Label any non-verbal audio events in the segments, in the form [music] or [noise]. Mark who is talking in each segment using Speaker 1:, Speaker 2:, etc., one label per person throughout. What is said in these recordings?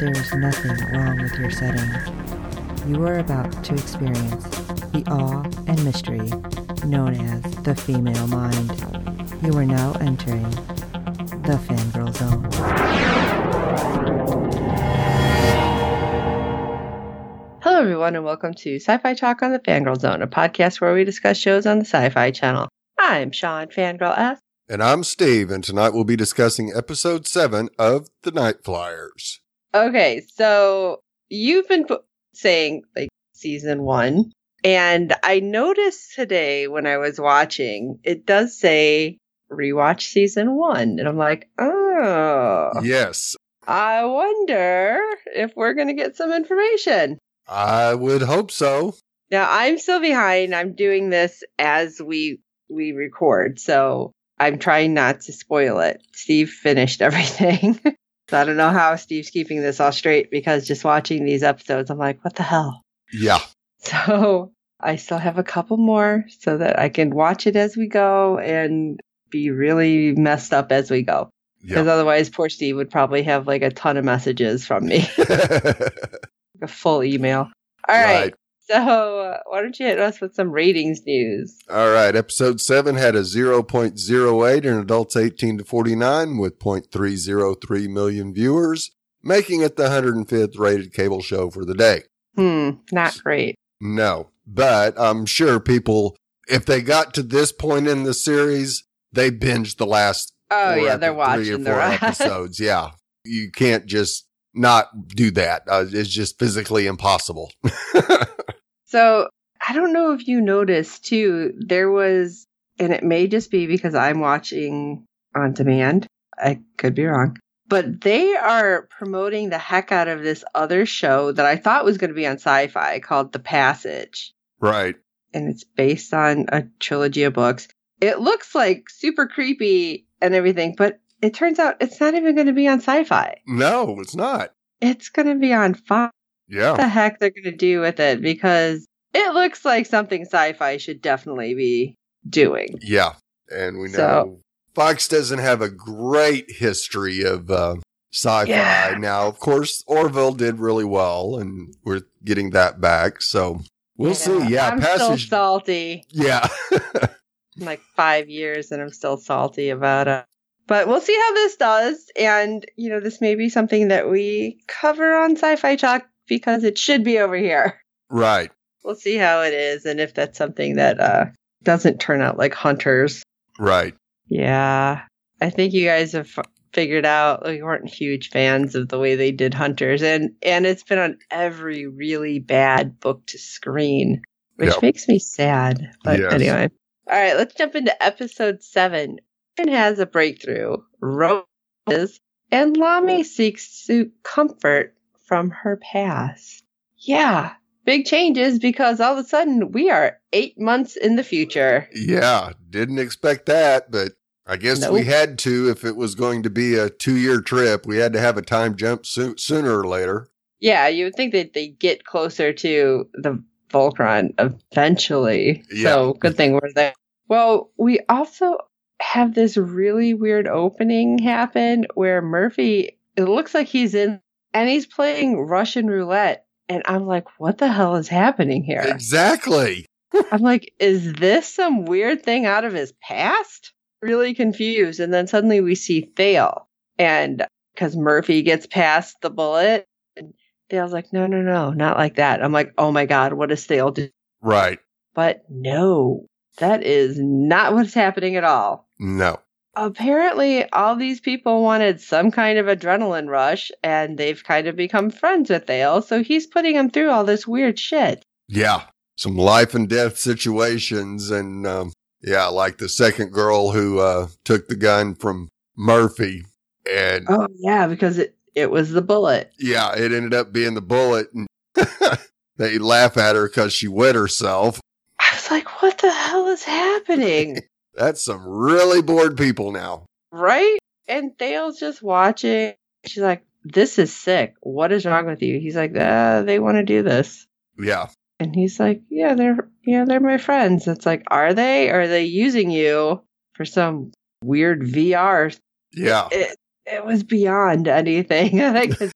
Speaker 1: there is nothing wrong with your settings. You are about to experience the awe and mystery known as the female mind. You are now entering the fangirl zone.
Speaker 2: Hello, everyone, and welcome to Sci Fi Talk on the Fangirl Zone, a podcast where we discuss shows on the Sci Fi Channel. I'm Sean Fangirl S.
Speaker 3: And I'm Steve, and tonight we'll be discussing episode seven of The Night Flyers.
Speaker 2: Okay, so you've been po- saying like season one, and I noticed today when I was watching, it does say rewatch season one, and I'm like, oh.
Speaker 3: Yes.
Speaker 2: I wonder if we're going to get some information.
Speaker 3: I would hope so.
Speaker 2: Now, I'm still behind. I'm doing this as we we record. So I'm trying not to spoil it. Steve finished [laughs] everything. so I don't know how Steve's keeping this all straight because just watching these episodes, I'm like, what the hell? [laughs]
Speaker 3: Yeah.
Speaker 2: So I still have a couple more so that I can watch it as we go and be really messed up as we go. Because yeah. otherwise, poor Steve would probably have like a ton of messages from me, like a full email. All right. right. So, uh, why don't you hit us with some ratings news?
Speaker 3: [laughs] All right. Episode 7 had a 0.08 in adults 18 to 49 with 0.303 million viewers, making it the 105th rated cable show for the day.
Speaker 2: Hmm. Not great.
Speaker 3: No. But I'm sure people, if they got to this point in the series, they binged the last.
Speaker 2: Oh, yeah. Epi- they're watching [laughs]
Speaker 3: the
Speaker 2: right.
Speaker 3: episodes. Yeah. You can't just not do that. Uh, it's just physically impossible. [laughs]
Speaker 2: So I don't know if you noticed too, there was, and it may just be because I'm watching on demand. I could be wrong, but they are promoting the heck out of this other show that I thought was going to be on sci fi called The Passage.
Speaker 3: Right.
Speaker 2: And it's based on a trilogy of books. It looks like super creepy and everything, but it turns out it's not even going to be on sci fi.
Speaker 3: No, it's not.
Speaker 2: It's going to be on Fox
Speaker 3: yeah.
Speaker 2: the heck they're going to do with it because it looks like something sci-fi should definitely be doing.
Speaker 3: [laughs] Yeah, and we know so, Fox doesn't have a great history of uh, sci-fi. Yeah. Now, of course, Orville did really well, and we're getting that back. So we'll yeah. see. Yeah,
Speaker 2: I'm passage- still salty.
Speaker 3: Yeah, [laughs]
Speaker 2: like five years, and I'm still salty about it. But we'll see how this does. And, you know, this may be something that we cover on Sci Fi Talk because it should be over here.
Speaker 3: Right.
Speaker 2: We'll see how it is and if that's something that uh, doesn't turn out like Hunters.
Speaker 3: Right.
Speaker 2: Yeah. I think you guys have f- figured out we weren't huge fans of the way they did Hunters and and it's been on every really bad book to screen, which yep. makes me sad. But yes. anyway. All right, let's jump into episode 7. And has a breakthrough. Roses and Lami seeks to comfort from her past. Yeah, big changes because all of a sudden we are eight months in the future.
Speaker 3: Yeah, didn't expect that, but I guess nope. we had to if it was going to be a two year trip. We had to have a time jump so- sooner or later.
Speaker 2: Yeah, you would think that they get closer to the Volcron eventually. Yeah. So good thing we're there. Well, we also have this really weird opening happen where Murphy, it looks like he's in and he's playing Russian roulette. And I'm like, what the hell is happening here?
Speaker 3: Exactly.
Speaker 2: I'm like, is this some weird thing out of his past? Really confused. And then suddenly we see Thale. And because Murphy gets past the bullet, and Thale's like, no, no, no, not like that. I'm like, oh my God, what does Thale do?
Speaker 3: Right.
Speaker 2: But no, that is not what's happening at all.
Speaker 3: No
Speaker 2: apparently all these people wanted some kind of adrenaline rush and they've kind of become friends with Thale, so he's putting them through all this weird shit.
Speaker 3: Yeah. Some life and death situations and um, yeah, like the second girl who uh, took the gun from Murphy and
Speaker 2: Oh yeah, because Oh, it it was the bullet.
Speaker 3: Yeah, it ended up being the bullet and [laughs] they laugh at her because she wet herself.
Speaker 2: I was like, what the hell is
Speaker 3: [laughs]
Speaker 2: happening?
Speaker 3: That's some really bored people now.
Speaker 2: Right? And Dale's just watching. She's like, this is sick. What is wrong with you? He's like, ah, they want to do this.
Speaker 3: Yeah.
Speaker 2: And he's like, yeah, they're yeah, they're my friends. It's like, are they? Are they using you for some weird VR?
Speaker 3: Yeah.
Speaker 2: It, it was beyond anything. [laughs]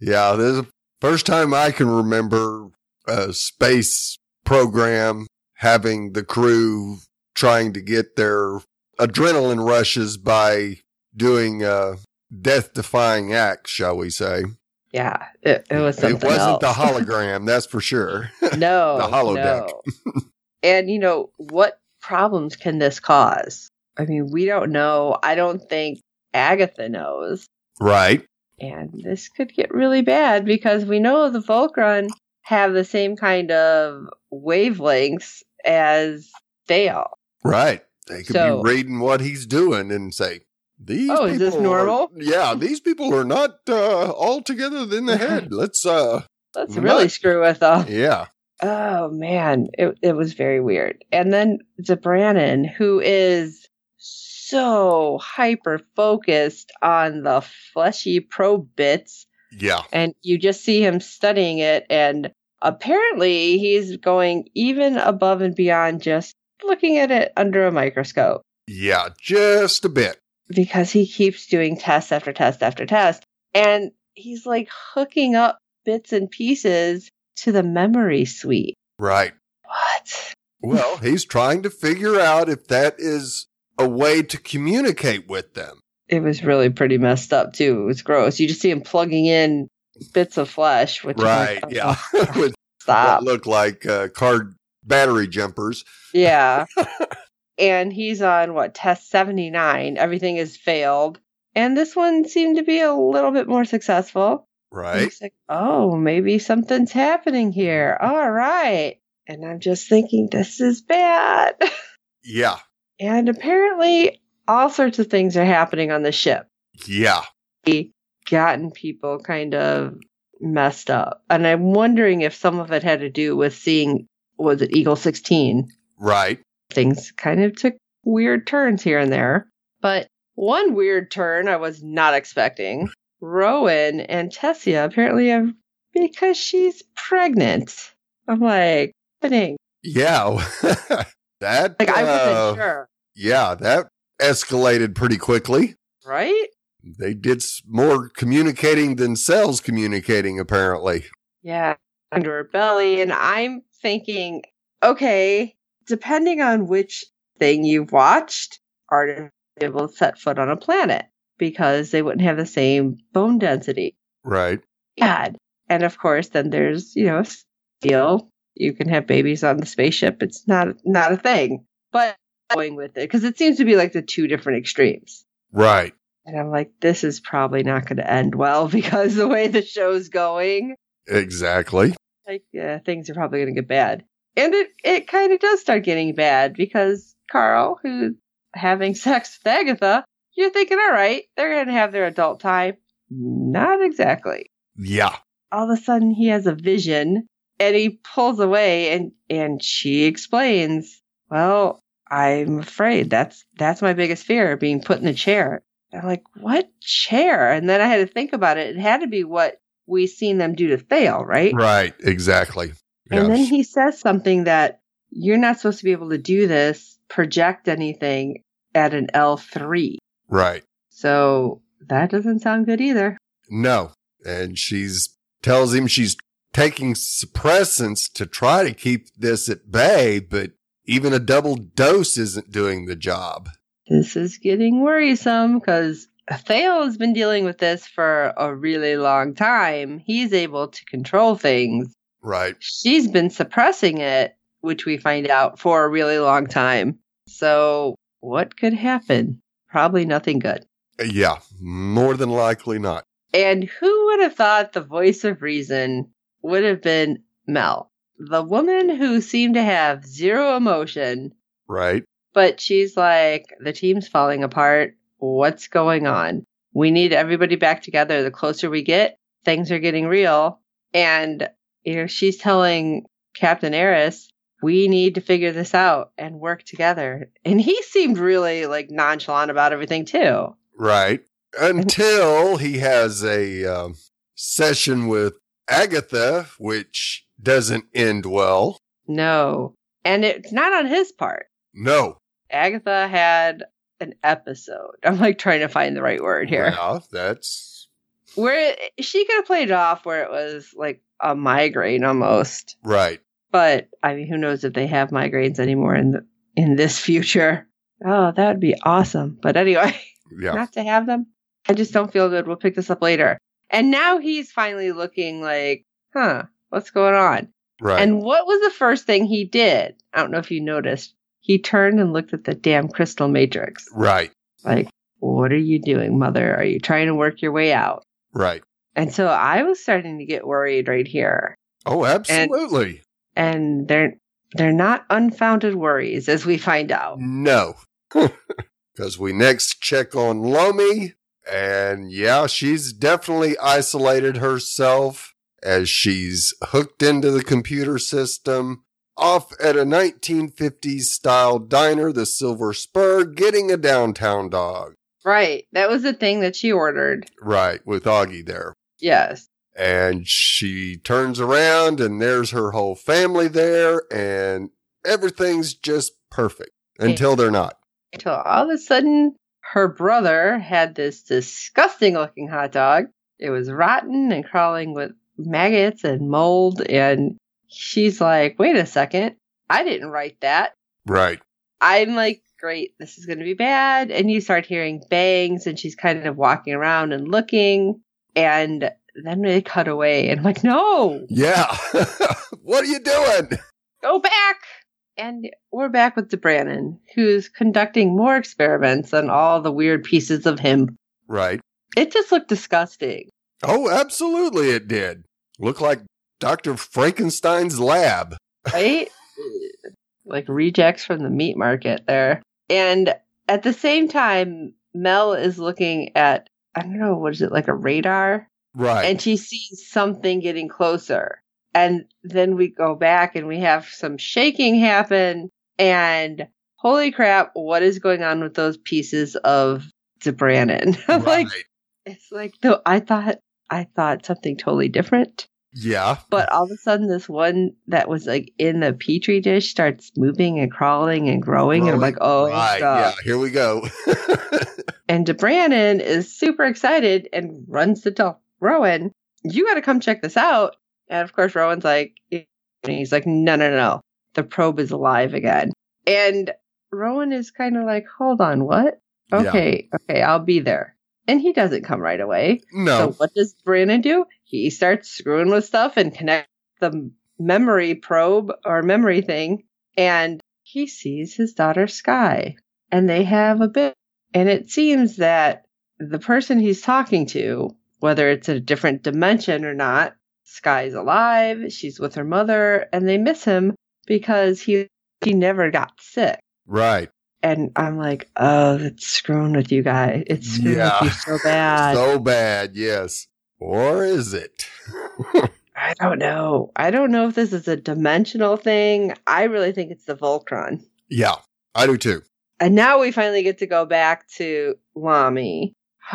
Speaker 3: yeah, this is the first time I can remember a space program having the crew trying to get their adrenaline rushes by doing uh, death defying acts, shall we say.
Speaker 2: Yeah, it, it was something.
Speaker 3: It wasn't
Speaker 2: else. [laughs]
Speaker 3: the hologram, that's for sure.
Speaker 2: No,
Speaker 3: the holodeck.
Speaker 2: no. [laughs] and you know what problems can this cause? I mean, we don't know. I don't think Agatha knows,
Speaker 3: Right.
Speaker 2: and this could get really bad because we know the Volcron have the same kind of wavelengths as Dale.
Speaker 3: Right. They could
Speaker 2: So-
Speaker 3: be reading what he's doing and say, these
Speaker 2: Oh,
Speaker 3: people
Speaker 2: is this
Speaker 3: are-
Speaker 2: normal?
Speaker 3: [laughs] yeah, these people are not uh, all together
Speaker 2: [laughs]
Speaker 3: in the head. Let's uh
Speaker 2: Let's
Speaker 3: Right.
Speaker 2: really screw with them.
Speaker 3: yeah.
Speaker 2: Oh man, it it was very weird. And then Zabranin, who is so hyper focused on the fleshy probe bits,
Speaker 3: Yeah.
Speaker 2: and you just see him studying it, and apparently he's going even above and beyond just looking at it under a microscope
Speaker 3: Yeah, just a bit.
Speaker 2: because he keeps doing test after test after test, and he's like hooking up bits and pieces to the memory suite.
Speaker 3: Right.
Speaker 2: What? [laughs]
Speaker 3: Well, he's trying to figure out if that is a way to communicate with them.
Speaker 2: it was really pretty messed up too. It was gross. You just see him plugging in bits of flesh, which is like,
Speaker 3: Right.
Speaker 2: oh, [laughs]
Speaker 3: Yeah. [laughs] With
Speaker 2: stop.
Speaker 3: what [laughs] look like uh, card battery jumpers. [laughs]
Speaker 2: Yeah. and he's on what test seventy nine. Everything has failed, and this one seemed to be a little bit more successful. And [laughs]
Speaker 3: Right.
Speaker 2: He's like, oh, maybe something's happening here. All right. And I'm just thinking, this is bad. [laughs]
Speaker 3: Yeah.
Speaker 2: and apparently, all sorts of things are happening on the ship.
Speaker 3: Yeah.
Speaker 2: gotten people kind of messed up. And I'm wondering if some of it had to do with seeing, was it Eagle 16?
Speaker 3: Right.
Speaker 2: Things kind of took weird turns here and there. But one weird turn I was not expecting Rowan and Tessia apparently have, because she's pregnant. I'm like, happening.
Speaker 3: Yeah. [laughs] that
Speaker 2: Like, I
Speaker 3: uh,
Speaker 2: wasn't sure,
Speaker 3: Yeah, that escalated pretty quickly.
Speaker 2: right?
Speaker 3: They did s- more communicating than cells communicating apparently.
Speaker 2: Yeah, under her belly. And I'm thinking, okay, depending on which thing you've watched, are they able to set foot on a planet because they wouldn't have the same bone density.
Speaker 3: Right.
Speaker 2: God. And of course, then there's, you know, steel. You can have babies on the spaceship. It's not not a thing. But going with it, because it seems to be like the two different extremes.
Speaker 3: Right.
Speaker 2: And I'm like, this is probably not going to end well [laughs] because the way the show's going
Speaker 3: Exactly.
Speaker 2: like yeah, things are probably going to get bad. And it, it kind of does start getting bad because Carl, who's having [laughs] sex with Agatha, you're thinking, all right, they're going to have their adult time. Not exactly.
Speaker 3: Yeah.
Speaker 2: All of a sudden, he has a vision and he pulls away and, and she explains, well, I'm afraid that's, that's my biggest fear being put in a chair. And I'm like, what chair? And then I had to think about it. It had to be what we seen them do to fail, [laughs] right?
Speaker 3: Right. Exactly.
Speaker 2: And then
Speaker 3: Yes.
Speaker 2: he says something that you're not supposed to be able to do this, project anything at an L3.
Speaker 3: right.
Speaker 2: So that doesn't sound good either.
Speaker 3: No. And she's tells him she's taking suppressants to try to keep this at bay, but even a double dose isn't doing the job.
Speaker 2: This is getting worrisome because Theo has been dealing with this for a really long time. He's able to control things.
Speaker 3: Right.
Speaker 2: She's been suppressing it, which we find out for a really long time. So, what could happen? Probably nothing good.
Speaker 3: Yeah. More than likely not.
Speaker 2: And who would have thought the voice of reason would have been Mel, the woman who seemed to have zero emotion,
Speaker 3: Right.
Speaker 2: but she's like, the team's falling apart. What's going on? We need everybody back together. The closer we get, things are getting real. And you know, she's telling Captain Eris, we need to figure this out and work together. And he seemed really like nonchalant about everything too.
Speaker 3: Right. Until he has a um, session with Agatha, which doesn't end well.
Speaker 2: No. And it's not on his part.
Speaker 3: No.
Speaker 2: Agatha had an episode. I'm like trying to find the right word here.
Speaker 3: Yeah, that's
Speaker 2: where it, she could have played it off where it was like a migraine almost.
Speaker 3: Right.
Speaker 2: But I mean, who knows if they have migraines anymore in the, in this future? Oh, that would be awesome. But anyway, [laughs] yeah. not to have them. I just don't feel good. We'll pick this up later. And now he's finally looking like, huh, what's going on?
Speaker 3: Right.
Speaker 2: And what was the first thing he did? I don't know if you noticed. He turned and looked at the damn crystal matrix.
Speaker 3: Right.
Speaker 2: Like, what are you doing, mother? Are you trying to work your way out?
Speaker 3: Right.
Speaker 2: And so I was starting to get worried right here.
Speaker 3: Oh, absolutely.
Speaker 2: And, and they're they're not unfounded worries as we find out.
Speaker 3: Mm. No. [laughs] Cuz we next check on Lomi and yeah, she's definitely isolated herself as she's hooked into the computer system off at a 1950s style diner, the Silver Spur, getting a downtown dog.
Speaker 2: Right. That was the thing that she ordered.
Speaker 3: Right, with Augie there.
Speaker 2: Yes.
Speaker 3: And she turns around and there's her whole family there and everything's just perfect until they're not.
Speaker 2: Until all of a sudden her brother had this disgusting looking hot dog. It was rotten and crawling with maggots and mold and she's like, wait a second, I didn't write that.
Speaker 3: Right.
Speaker 2: I'm like, great, this is going to be bad. And you start hearing bangs, and she's kind of walking around and looking. And then they cut away, and I'm like, no.
Speaker 3: Yeah. [laughs] what are you doing?
Speaker 2: Go back. And we're back with DeBrannon, who's conducting more experiments on all the weird pieces of him.
Speaker 3: Right.
Speaker 2: It just looked disgusting.
Speaker 3: Oh, absolutely, it did. Looked like Dr. Frankenstein's lab.
Speaker 2: Right? like rejects from the meat market there. And at the same time, Mel is looking at, I don't know, what is it, like a radar?
Speaker 3: Right.
Speaker 2: And [laughs] she sees something getting closer. And then we go back and we have some shaking happen. And holy crap, what is going on with those pieces of [laughs] DeBrannon?
Speaker 3: Right.
Speaker 2: like, it's like, no, I thought, I thought something totally different.
Speaker 3: Yeah.
Speaker 2: But all of a sudden, this one that was like in the petri dish starts moving and crawling and growing, and I'm like, oh,
Speaker 3: right.
Speaker 2: God.
Speaker 3: Yeah, here we go. [laughs]
Speaker 2: And DeBrannon is super excited and runs to tell Rowan, "You got to come check this out." And of course, Rowan's like, and he's like, "No, no, no, no, the probe is alive again." And Rowan is kind of like, "Hold on, what?
Speaker 3: Yeah.
Speaker 2: Okay, okay, I'll be there." And he doesn't come right away. So
Speaker 3: no.
Speaker 2: what does Brandon do? He starts screwing with stuff and connect the memory probe or memory thing, and he sees his daughter Sky, and they have a bit. And it seems that the person he's talking to, whether it's a different dimension or not, Sky's alive. She's with her mother, and they miss him because he he never got sick.
Speaker 3: Right.
Speaker 2: And I'm like, oh, it's screwing with you guys. It's screwing
Speaker 3: Yeah.
Speaker 2: with you so bad.
Speaker 3: [laughs] so bad, yes. Or is it? [laughs]
Speaker 2: I don't know. I don't know if this is a dimensional thing. I really think it's the Voltron.
Speaker 3: yeah, I do too.
Speaker 2: And now we finally get to go back to Lami. [sighs]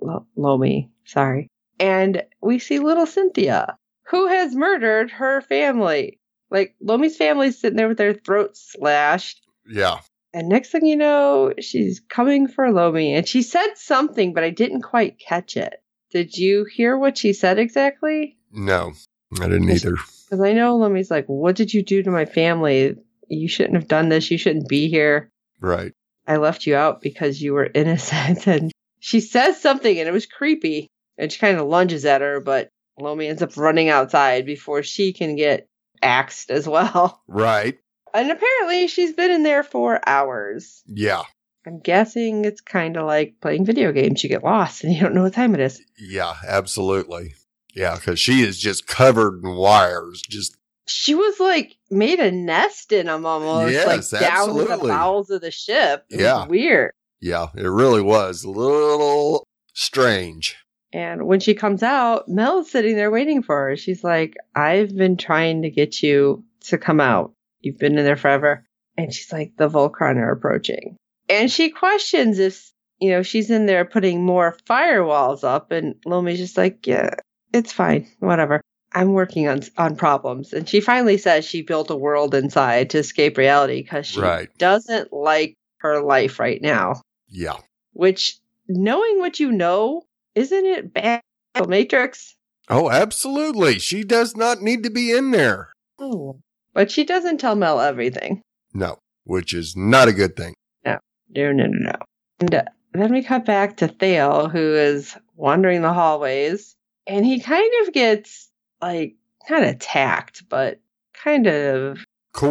Speaker 2: Lo- Lomi, sorry. And we see little Cynthia, who has murdered her family. Like, Lomi's family's sitting there with their throats slashed.
Speaker 3: Yeah.
Speaker 2: And next thing you know, she's coming for Lomi. And she said something, but I didn't quite catch it. Did you hear what she said exactly?
Speaker 3: No, I didn't
Speaker 2: Yes.
Speaker 3: either.
Speaker 2: Because I know Lemmy's like, what did you do to my family? You shouldn't have done this. You shouldn't be here.
Speaker 3: Right.
Speaker 2: I left you out because you were [laughs] innocent. And she says something, and it was creepy. And she kind of lunges at her, but Lomi ends up running outside before she can get axed as well. [laughs]
Speaker 3: Right.
Speaker 2: And apparently, she's been in there for hours.
Speaker 3: Yeah.
Speaker 2: I'm guessing it's kind of like playing video games. You get lost and you don't know what time it is.
Speaker 3: Yeah, absolutely. Yeah, because she is just covered in wires. Just
Speaker 2: She was like made a nest in them almost,
Speaker 3: Yes,
Speaker 2: like down in the
Speaker 3: absolutely.
Speaker 2: bowels of the ship. It was
Speaker 3: Yeah.
Speaker 2: weird.
Speaker 3: yeah, it really was a little strange.
Speaker 2: And when she comes out, Mel's sitting there waiting for her. She's like, I've been trying to get you to come out. You've been in there forever. And she's like, the Volcron are approaching. And she questions if, you know, she's in there putting more firewalls up. And Lomi's just like, yeah, it's fine. Whatever. I'm working on on problems. And she finally says she built a world inside to escape reality because she
Speaker 3: Right.
Speaker 2: doesn't like her life right now.
Speaker 3: Yeah.
Speaker 2: Which, knowing what you know, isn't it bad? Matrix.
Speaker 3: Oh, absolutely. She does not need to be in there.
Speaker 2: Oh. But she doesn't tell Mel everything.
Speaker 3: No, which is not a good thing.
Speaker 2: No, no, no, no. And uh, then we cut back to Thale, who is wandering the hallways, and he kind of gets like not attacked, but kind of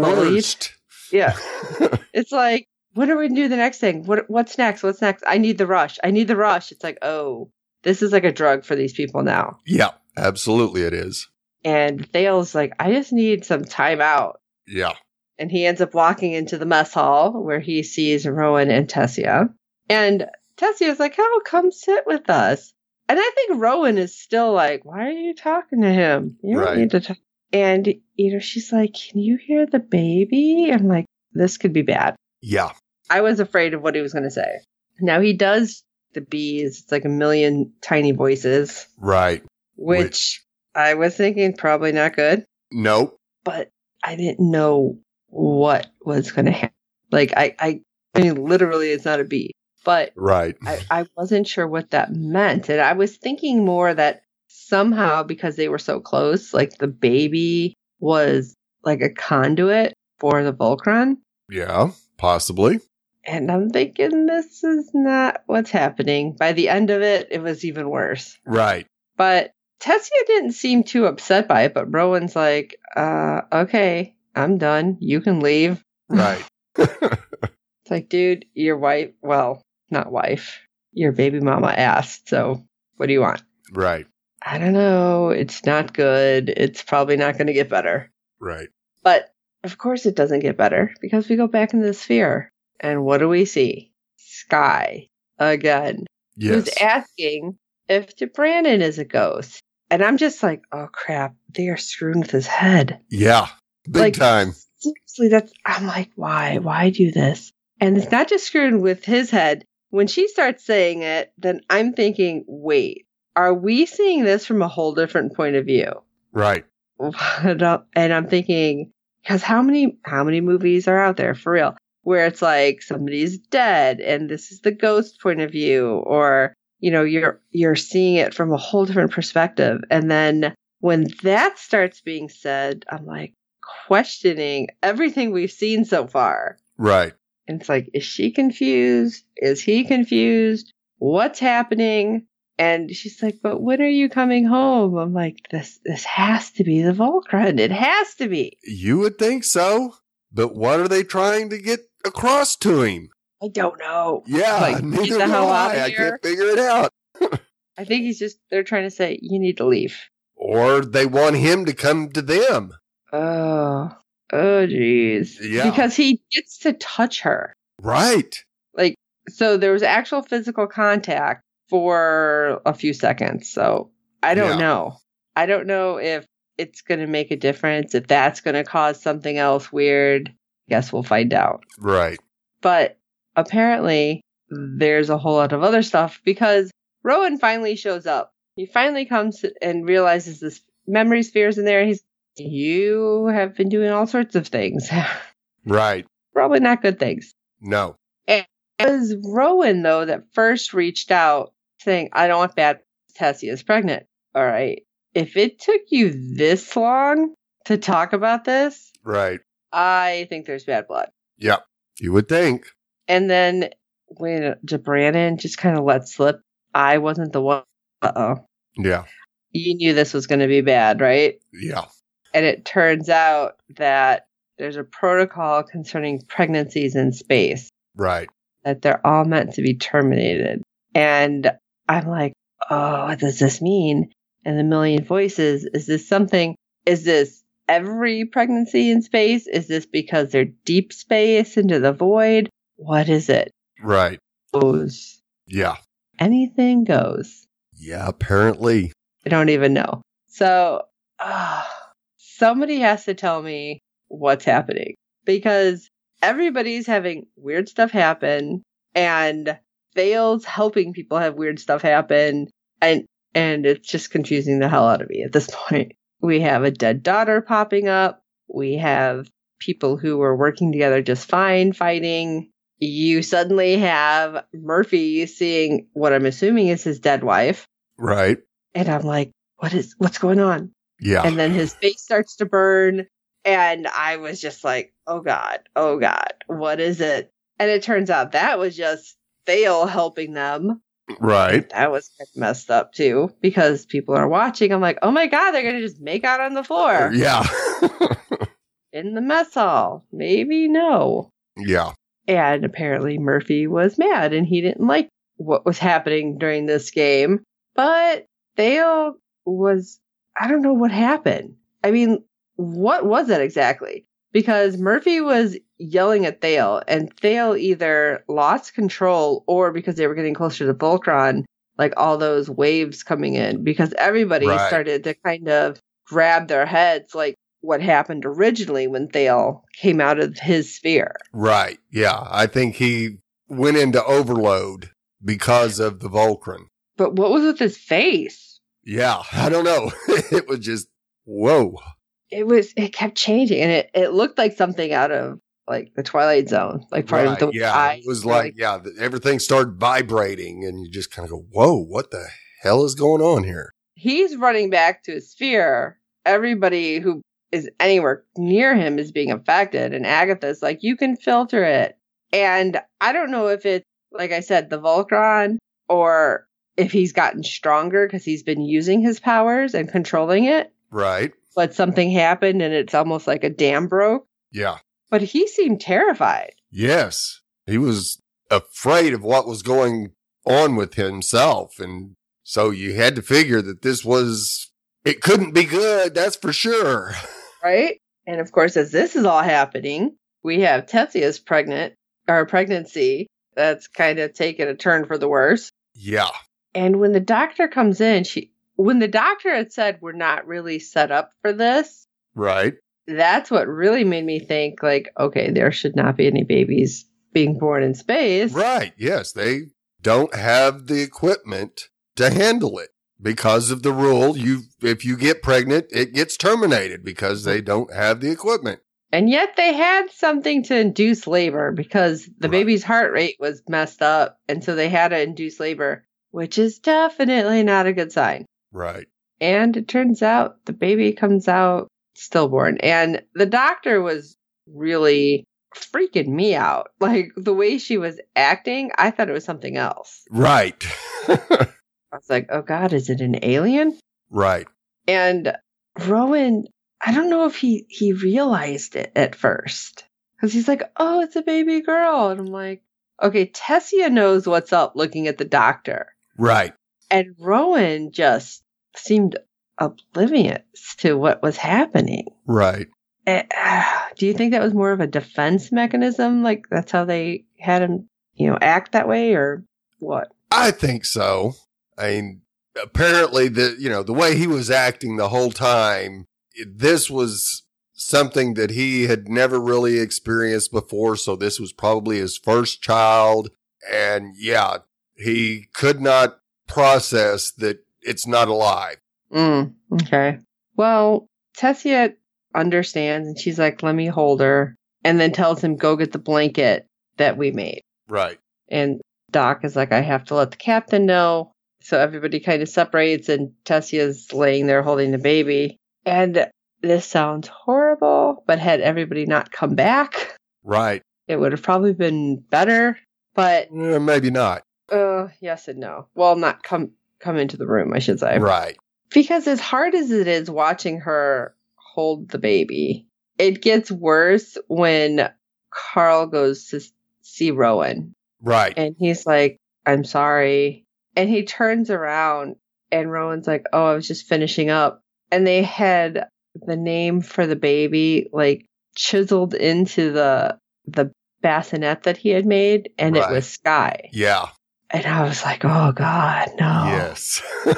Speaker 3: Coerced.
Speaker 2: [laughs] yeah. It's like, what are we gonna do the next thing? What what's next? What's next? I need the rush. I need the rush. It's like, oh, this is like a drug for these people now.
Speaker 3: [laughs] yeah, absolutely it is.
Speaker 2: And Thale's like, I just need some time out.
Speaker 3: Yeah.
Speaker 2: and he ends up walking into the mess hall where he sees Rowan and Tessia. And Tessia's like, "Oh, come sit with us." And I think Rowan is still like, "Why are you talking to him? You don't
Speaker 3: Right.
Speaker 2: need to talk." And you know, she's like, "Can you hear the baby?" I'm like, "This could be bad."
Speaker 3: Yeah.
Speaker 2: I was afraid of what he was going to say. Now he does the bees. It's like a million tiny voices,
Speaker 3: Right.
Speaker 2: which, I was thinking probably not good
Speaker 3: Nope.
Speaker 2: but I didn't know what was going to happen. Like I, I, I mean, literally, it's not a bee, but
Speaker 3: Right.
Speaker 2: I, I wasn't sure what that meant, and I was thinking more that somehow because they were so close, like the baby was like a conduit for the Volcron,
Speaker 3: yeah, possibly.
Speaker 2: and I'm thinking this is not what's happening. By the end of it, it was even worse.
Speaker 3: Right.
Speaker 2: But Tessia didn't seem too upset by it, but Rowan's like, uh, okay, I'm done. You can leave.
Speaker 3: Right.
Speaker 2: [laughs]
Speaker 3: [laughs]
Speaker 2: It's like, dude, your wife, well, not wife, your baby mama asked. So what do you want?
Speaker 3: right.
Speaker 2: I don't know. It's not good. It's probably not going to get better.
Speaker 3: Right.
Speaker 2: But of course, it doesn't get better because we go back into the sphere. And what do we see? Sky again.
Speaker 3: Yes.
Speaker 2: Who's asking if Brandon is a ghost. And I'm just like, oh crap, they are screwing with his head.
Speaker 3: yeah. Big
Speaker 2: like-
Speaker 3: time.
Speaker 2: seriously, that's I'm like, why? Why do this? And it's not just screwing with his head. When she starts saying it, then I'm thinking, wait, are we seeing this from a whole different point of view?
Speaker 3: Right.
Speaker 2: [laughs] And I'll- and I'm thinking, because how many how many movies are out there for real where it's like somebody's dead and this is the ghost point of view, or you know you're you're seeing it from a whole different perspective, and then when that starts being said, I'm like questioning everything we've seen so far.
Speaker 3: Right.
Speaker 2: And it's like, is she confused? Is he confused? What's happening? And she's like, but when are you coming home? I'm like, this this has to be the Volcron. It has to be.
Speaker 3: You would think so, but what are they trying to get across to him?
Speaker 2: I don't know.
Speaker 3: Yeah,
Speaker 2: Like,
Speaker 3: [laughs] neither
Speaker 2: get the
Speaker 3: will
Speaker 2: hell out of
Speaker 3: I. I
Speaker 2: here.
Speaker 3: can't figure it out.
Speaker 2: I think he's just they're trying to say you need to leave.
Speaker 3: Or they want him to come to them.
Speaker 2: Oh, oh, jeez.
Speaker 3: Yeah.
Speaker 2: Because he gets to touch her.
Speaker 3: Right.
Speaker 2: So there was actual physical contact for a few seconds. So I don't
Speaker 3: Yeah.
Speaker 2: know. I don't know if it's going to make a difference, if that's going to cause something else weird. Guess we'll find out.
Speaker 3: Right.
Speaker 2: But apparently, there's a whole lot of other stuff because Rowan finally shows up. He finally comes and realizes this memory sphere's in there. And he's, you have been doing all sorts of things, [laughs]
Speaker 3: Right.
Speaker 2: probably not good things.
Speaker 3: No.
Speaker 2: It was Rowan, though, that first reached out saying, I don't want bad Tessie is pregnant. All right. If it took you this long to talk about this,
Speaker 3: Right.
Speaker 2: I think there's bad blood.
Speaker 3: You would think.
Speaker 2: And then when Jabranin just kind of let slip, I wasn't the one. Uh oh.
Speaker 3: Yeah.
Speaker 2: You knew this was going to be bad, right?
Speaker 3: Yeah.
Speaker 2: And it turns out that there's a protocol concerning pregnancies in space.
Speaker 3: Right.
Speaker 2: that they're all meant to be terminated. And I'm like, oh, what does this mean? And the million voices, is this something? Is this every pregnancy in space? Is this because they're deep space into the void? What is it?
Speaker 3: Right.
Speaker 2: Goes.
Speaker 3: Yeah.
Speaker 2: Anything goes.
Speaker 3: Yeah, apparently.
Speaker 2: I don't even know. So uh, somebody has to tell me what's happening because everybody's having weird stuff happen and Vale's helping people have weird stuff happen and and it's just confusing the hell out of me at this [laughs] point. We have a dead daughter popping up. We have people who were working together just fine fighting. You suddenly have Murphy seeing what I'm assuming is his dead wife.
Speaker 3: Right.
Speaker 2: And I'm like, what is what's going on?
Speaker 3: Yeah.
Speaker 2: And then his face starts to burn. And I was just like, oh God, oh God, what is it? And it turns out that was just Thale helping them.
Speaker 3: Right.
Speaker 2: That was messed up too because people are watching. I'm like, oh my God, they're going to just make out on the floor
Speaker 3: Yeah. [laughs]
Speaker 2: in the mess hall. Maybe no.
Speaker 3: yeah.
Speaker 2: And apparently Murphy was mad and he didn't like what was happening during this game. But Thale was, I don't know what happened. I mean, what was it exactly? Because Murphy was yelling at Thale, and Thale either lost control or because they were getting closer to Voltron, like all those waves coming in, because everybody
Speaker 3: Right.
Speaker 2: started to kind of grab their heads, like what happened originally when Thale came out of his sphere.
Speaker 3: Right. Yeah. I think he went into overload because of the Volcran.
Speaker 2: But what was with his face?
Speaker 3: Yeah. I don't know. [laughs] it was just, whoa.
Speaker 2: It was, it kept changing, and it, it looked like something out of like the Twilight Zone, like part of
Speaker 3: Right,
Speaker 2: the
Speaker 3: yeah.
Speaker 2: eyes
Speaker 3: it was
Speaker 2: were,
Speaker 3: like, yeah, th- everything started vibrating and you just kind of go, whoa, what the hell is going on here?
Speaker 2: he's running back to his sphere. Everybody who is anywhere near him is being affected. And Agatha's like, you can filter it. And I don't know if it's, like I said, the Voltron or if he's gotten stronger because he's been using his powers and controlling it.
Speaker 3: Right.
Speaker 2: But something happened and it's almost like a dam broke.
Speaker 3: Yeah.
Speaker 2: But he seemed terrified.
Speaker 3: Yes. He was afraid of what was going on with himself. And so you had to figure that this was, it couldn't be good. That's for sure. [laughs]
Speaker 2: right? And of course, as this is all happening, we have Tetsuya's pregnant or pregnancy that's kind of taken a turn for the worse.
Speaker 3: Yeah.
Speaker 2: And when the doctor comes in, she when the doctor had said we're not really set up for this,
Speaker 3: Right.
Speaker 2: that's what really made me think like, okay, there should not be any babies being born in space.
Speaker 3: Right. Yes. They don't have the equipment to handle it because of the rule. You, if you get pregnant, it gets terminated because they don't have the equipment.
Speaker 2: And yet they had something to induce labor because the
Speaker 3: Right.
Speaker 2: baby's heart rate was messed up and so they had to induce labor, which is definitely not a good sign.
Speaker 3: Right.
Speaker 2: And it turns out the baby comes out stillborn. And the doctor was really freaking me out. [laughs] Like the way she was acting, I thought it was something else.
Speaker 3: Right. [laughs]
Speaker 2: I was like, oh God, is it an alien?
Speaker 3: right.
Speaker 2: And Rowan, I don't know if he, he realized it at first because he's like, oh, it's a baby girl. And I'm like, okay, Tessia knows what's up looking at the doctor.
Speaker 3: Right.
Speaker 2: And Rowan just seemed oblivious to what was happening.
Speaker 3: Right.
Speaker 2: Eh, [sighs] ah, do you think that was more of a defense mechanism? Like that's how they had him, you know, act that way or what?
Speaker 3: I think so. I mean, apparently the, you know, the way he was acting the whole time, this was something that he had never really experienced before. So this was probably his first child. And yeah, he could not process that it's not alive.
Speaker 2: Mm, okay. Well, Tessia understands and she's like, let me hold her. And then tells him, go get the blanket that we made.
Speaker 3: Right.
Speaker 2: And Doc is like, I have to let the captain know. So everybody kind of separates, and Tessia's laying there holding the baby. And this sounds horrible, but had everybody not come back, [laughs]
Speaker 3: Right.
Speaker 2: it would have probably been better. But
Speaker 3: Eh, Maybe not.
Speaker 2: uh, yes and no. Well, not come come into the room, I should say.
Speaker 3: Right.
Speaker 2: Because as hard as it is watching her hold the baby, it gets worse when Carl goes to s- see Rowan
Speaker 3: Right.
Speaker 2: and he's like, I'm sorry. And he turns around and Rowan's like, Oh, I was just finishing up. And they had the name for the baby like chiseled into the the bassinet that he had made and
Speaker 3: Right.
Speaker 2: it was Sky.
Speaker 3: Yeah.
Speaker 2: And I was like, oh God, no.
Speaker 3: Yes. [laughs]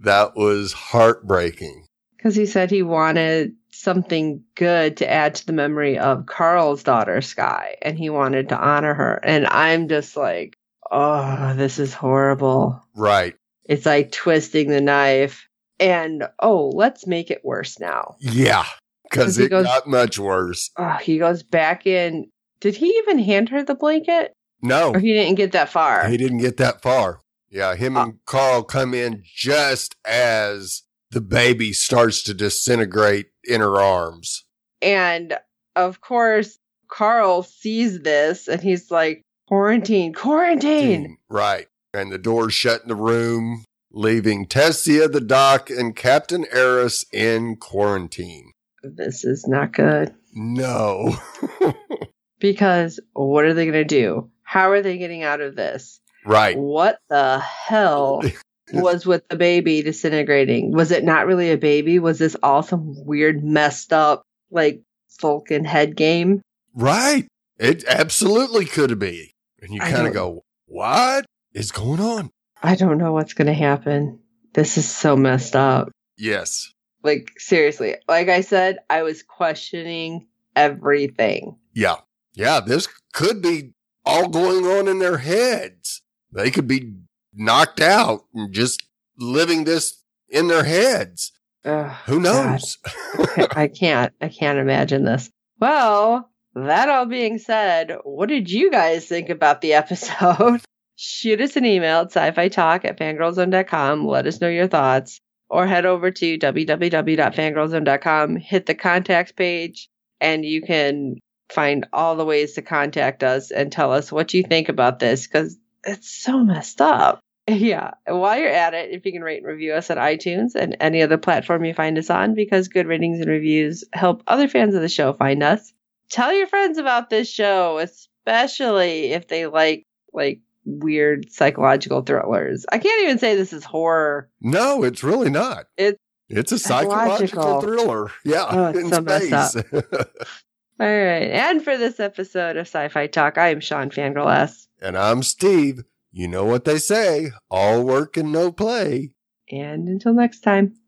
Speaker 3: that was heartbreaking.
Speaker 2: Because he said he wanted something good to add to the memory of Carl's daughter, Sky, and he wanted to honor her. And I'm just like, oh, this is horrible.
Speaker 3: Right.
Speaker 2: It's like twisting the knife. And oh, let's make it worse now.
Speaker 3: Yeah. Because it goes, got much worse.
Speaker 2: Oh, he goes back in. Did he even hand her the blanket?
Speaker 3: No.
Speaker 2: Or he didn't get that far.
Speaker 3: Oh.
Speaker 2: Uh,
Speaker 3: He didn't get that far. Yeah, him and Carl come in just as the baby starts to disintegrate in her arms.
Speaker 2: And of course, Carl sees this and he's like, quarantine, quarantine.
Speaker 3: Mm, Right. And the doors shut in the room, leaving Tessia, the doc, and Captain Eris in quarantine.
Speaker 2: This is not good.
Speaker 3: No. [laughs]
Speaker 2: because what are they going to do? How are they getting out of this?
Speaker 3: Right.
Speaker 2: What the
Speaker 3: [laughs]
Speaker 2: hell was with the baby disintegrating? Was it not really a baby? Was this all some weird, messed up, like, Vulcan head game?
Speaker 3: Right. It absolutely could be. And you kind of go, what is going on?
Speaker 2: I don't know what's going to happen. This is so messed up.
Speaker 3: Yes.
Speaker 2: Like, seriously, like I said, I was questioning everything.
Speaker 3: Yeah. Yeah. This could be all going on in their heads. They could be knocked out and just living this in their heads.
Speaker 2: Ugh,
Speaker 3: Who knows?
Speaker 2: [laughs] I can't. I can't imagine this. Well, that all being said, what did you guys think about the [laughs] episode? Shoot us an email at sci-fi talk at fangirlzone.com. Let us know your thoughts. Or head over to www.fangirlzone.com, hit the contact page, and you can find all the ways to contact us and tell us what you think about this because it's so messed up. [laughs] Yeah. And while you're at it, if you can rate and review us on iTunes and any other platform you find us on, because good ratings and reviews help other fans of the show find us. Tell your friends about this show, especially if they like like weird psychological thrillers. I can't even say this is horror.
Speaker 3: [laughs] No, it's really not.
Speaker 2: It's
Speaker 3: it's a psychological, psychological. thriller. Yeah,
Speaker 2: oh, in so space. All right. And for this episode of Sci Fi Talk, I am Sean Fangirl S.
Speaker 3: [laughs] And I'm Steve. You know what they say all work and no play.
Speaker 2: And until next time.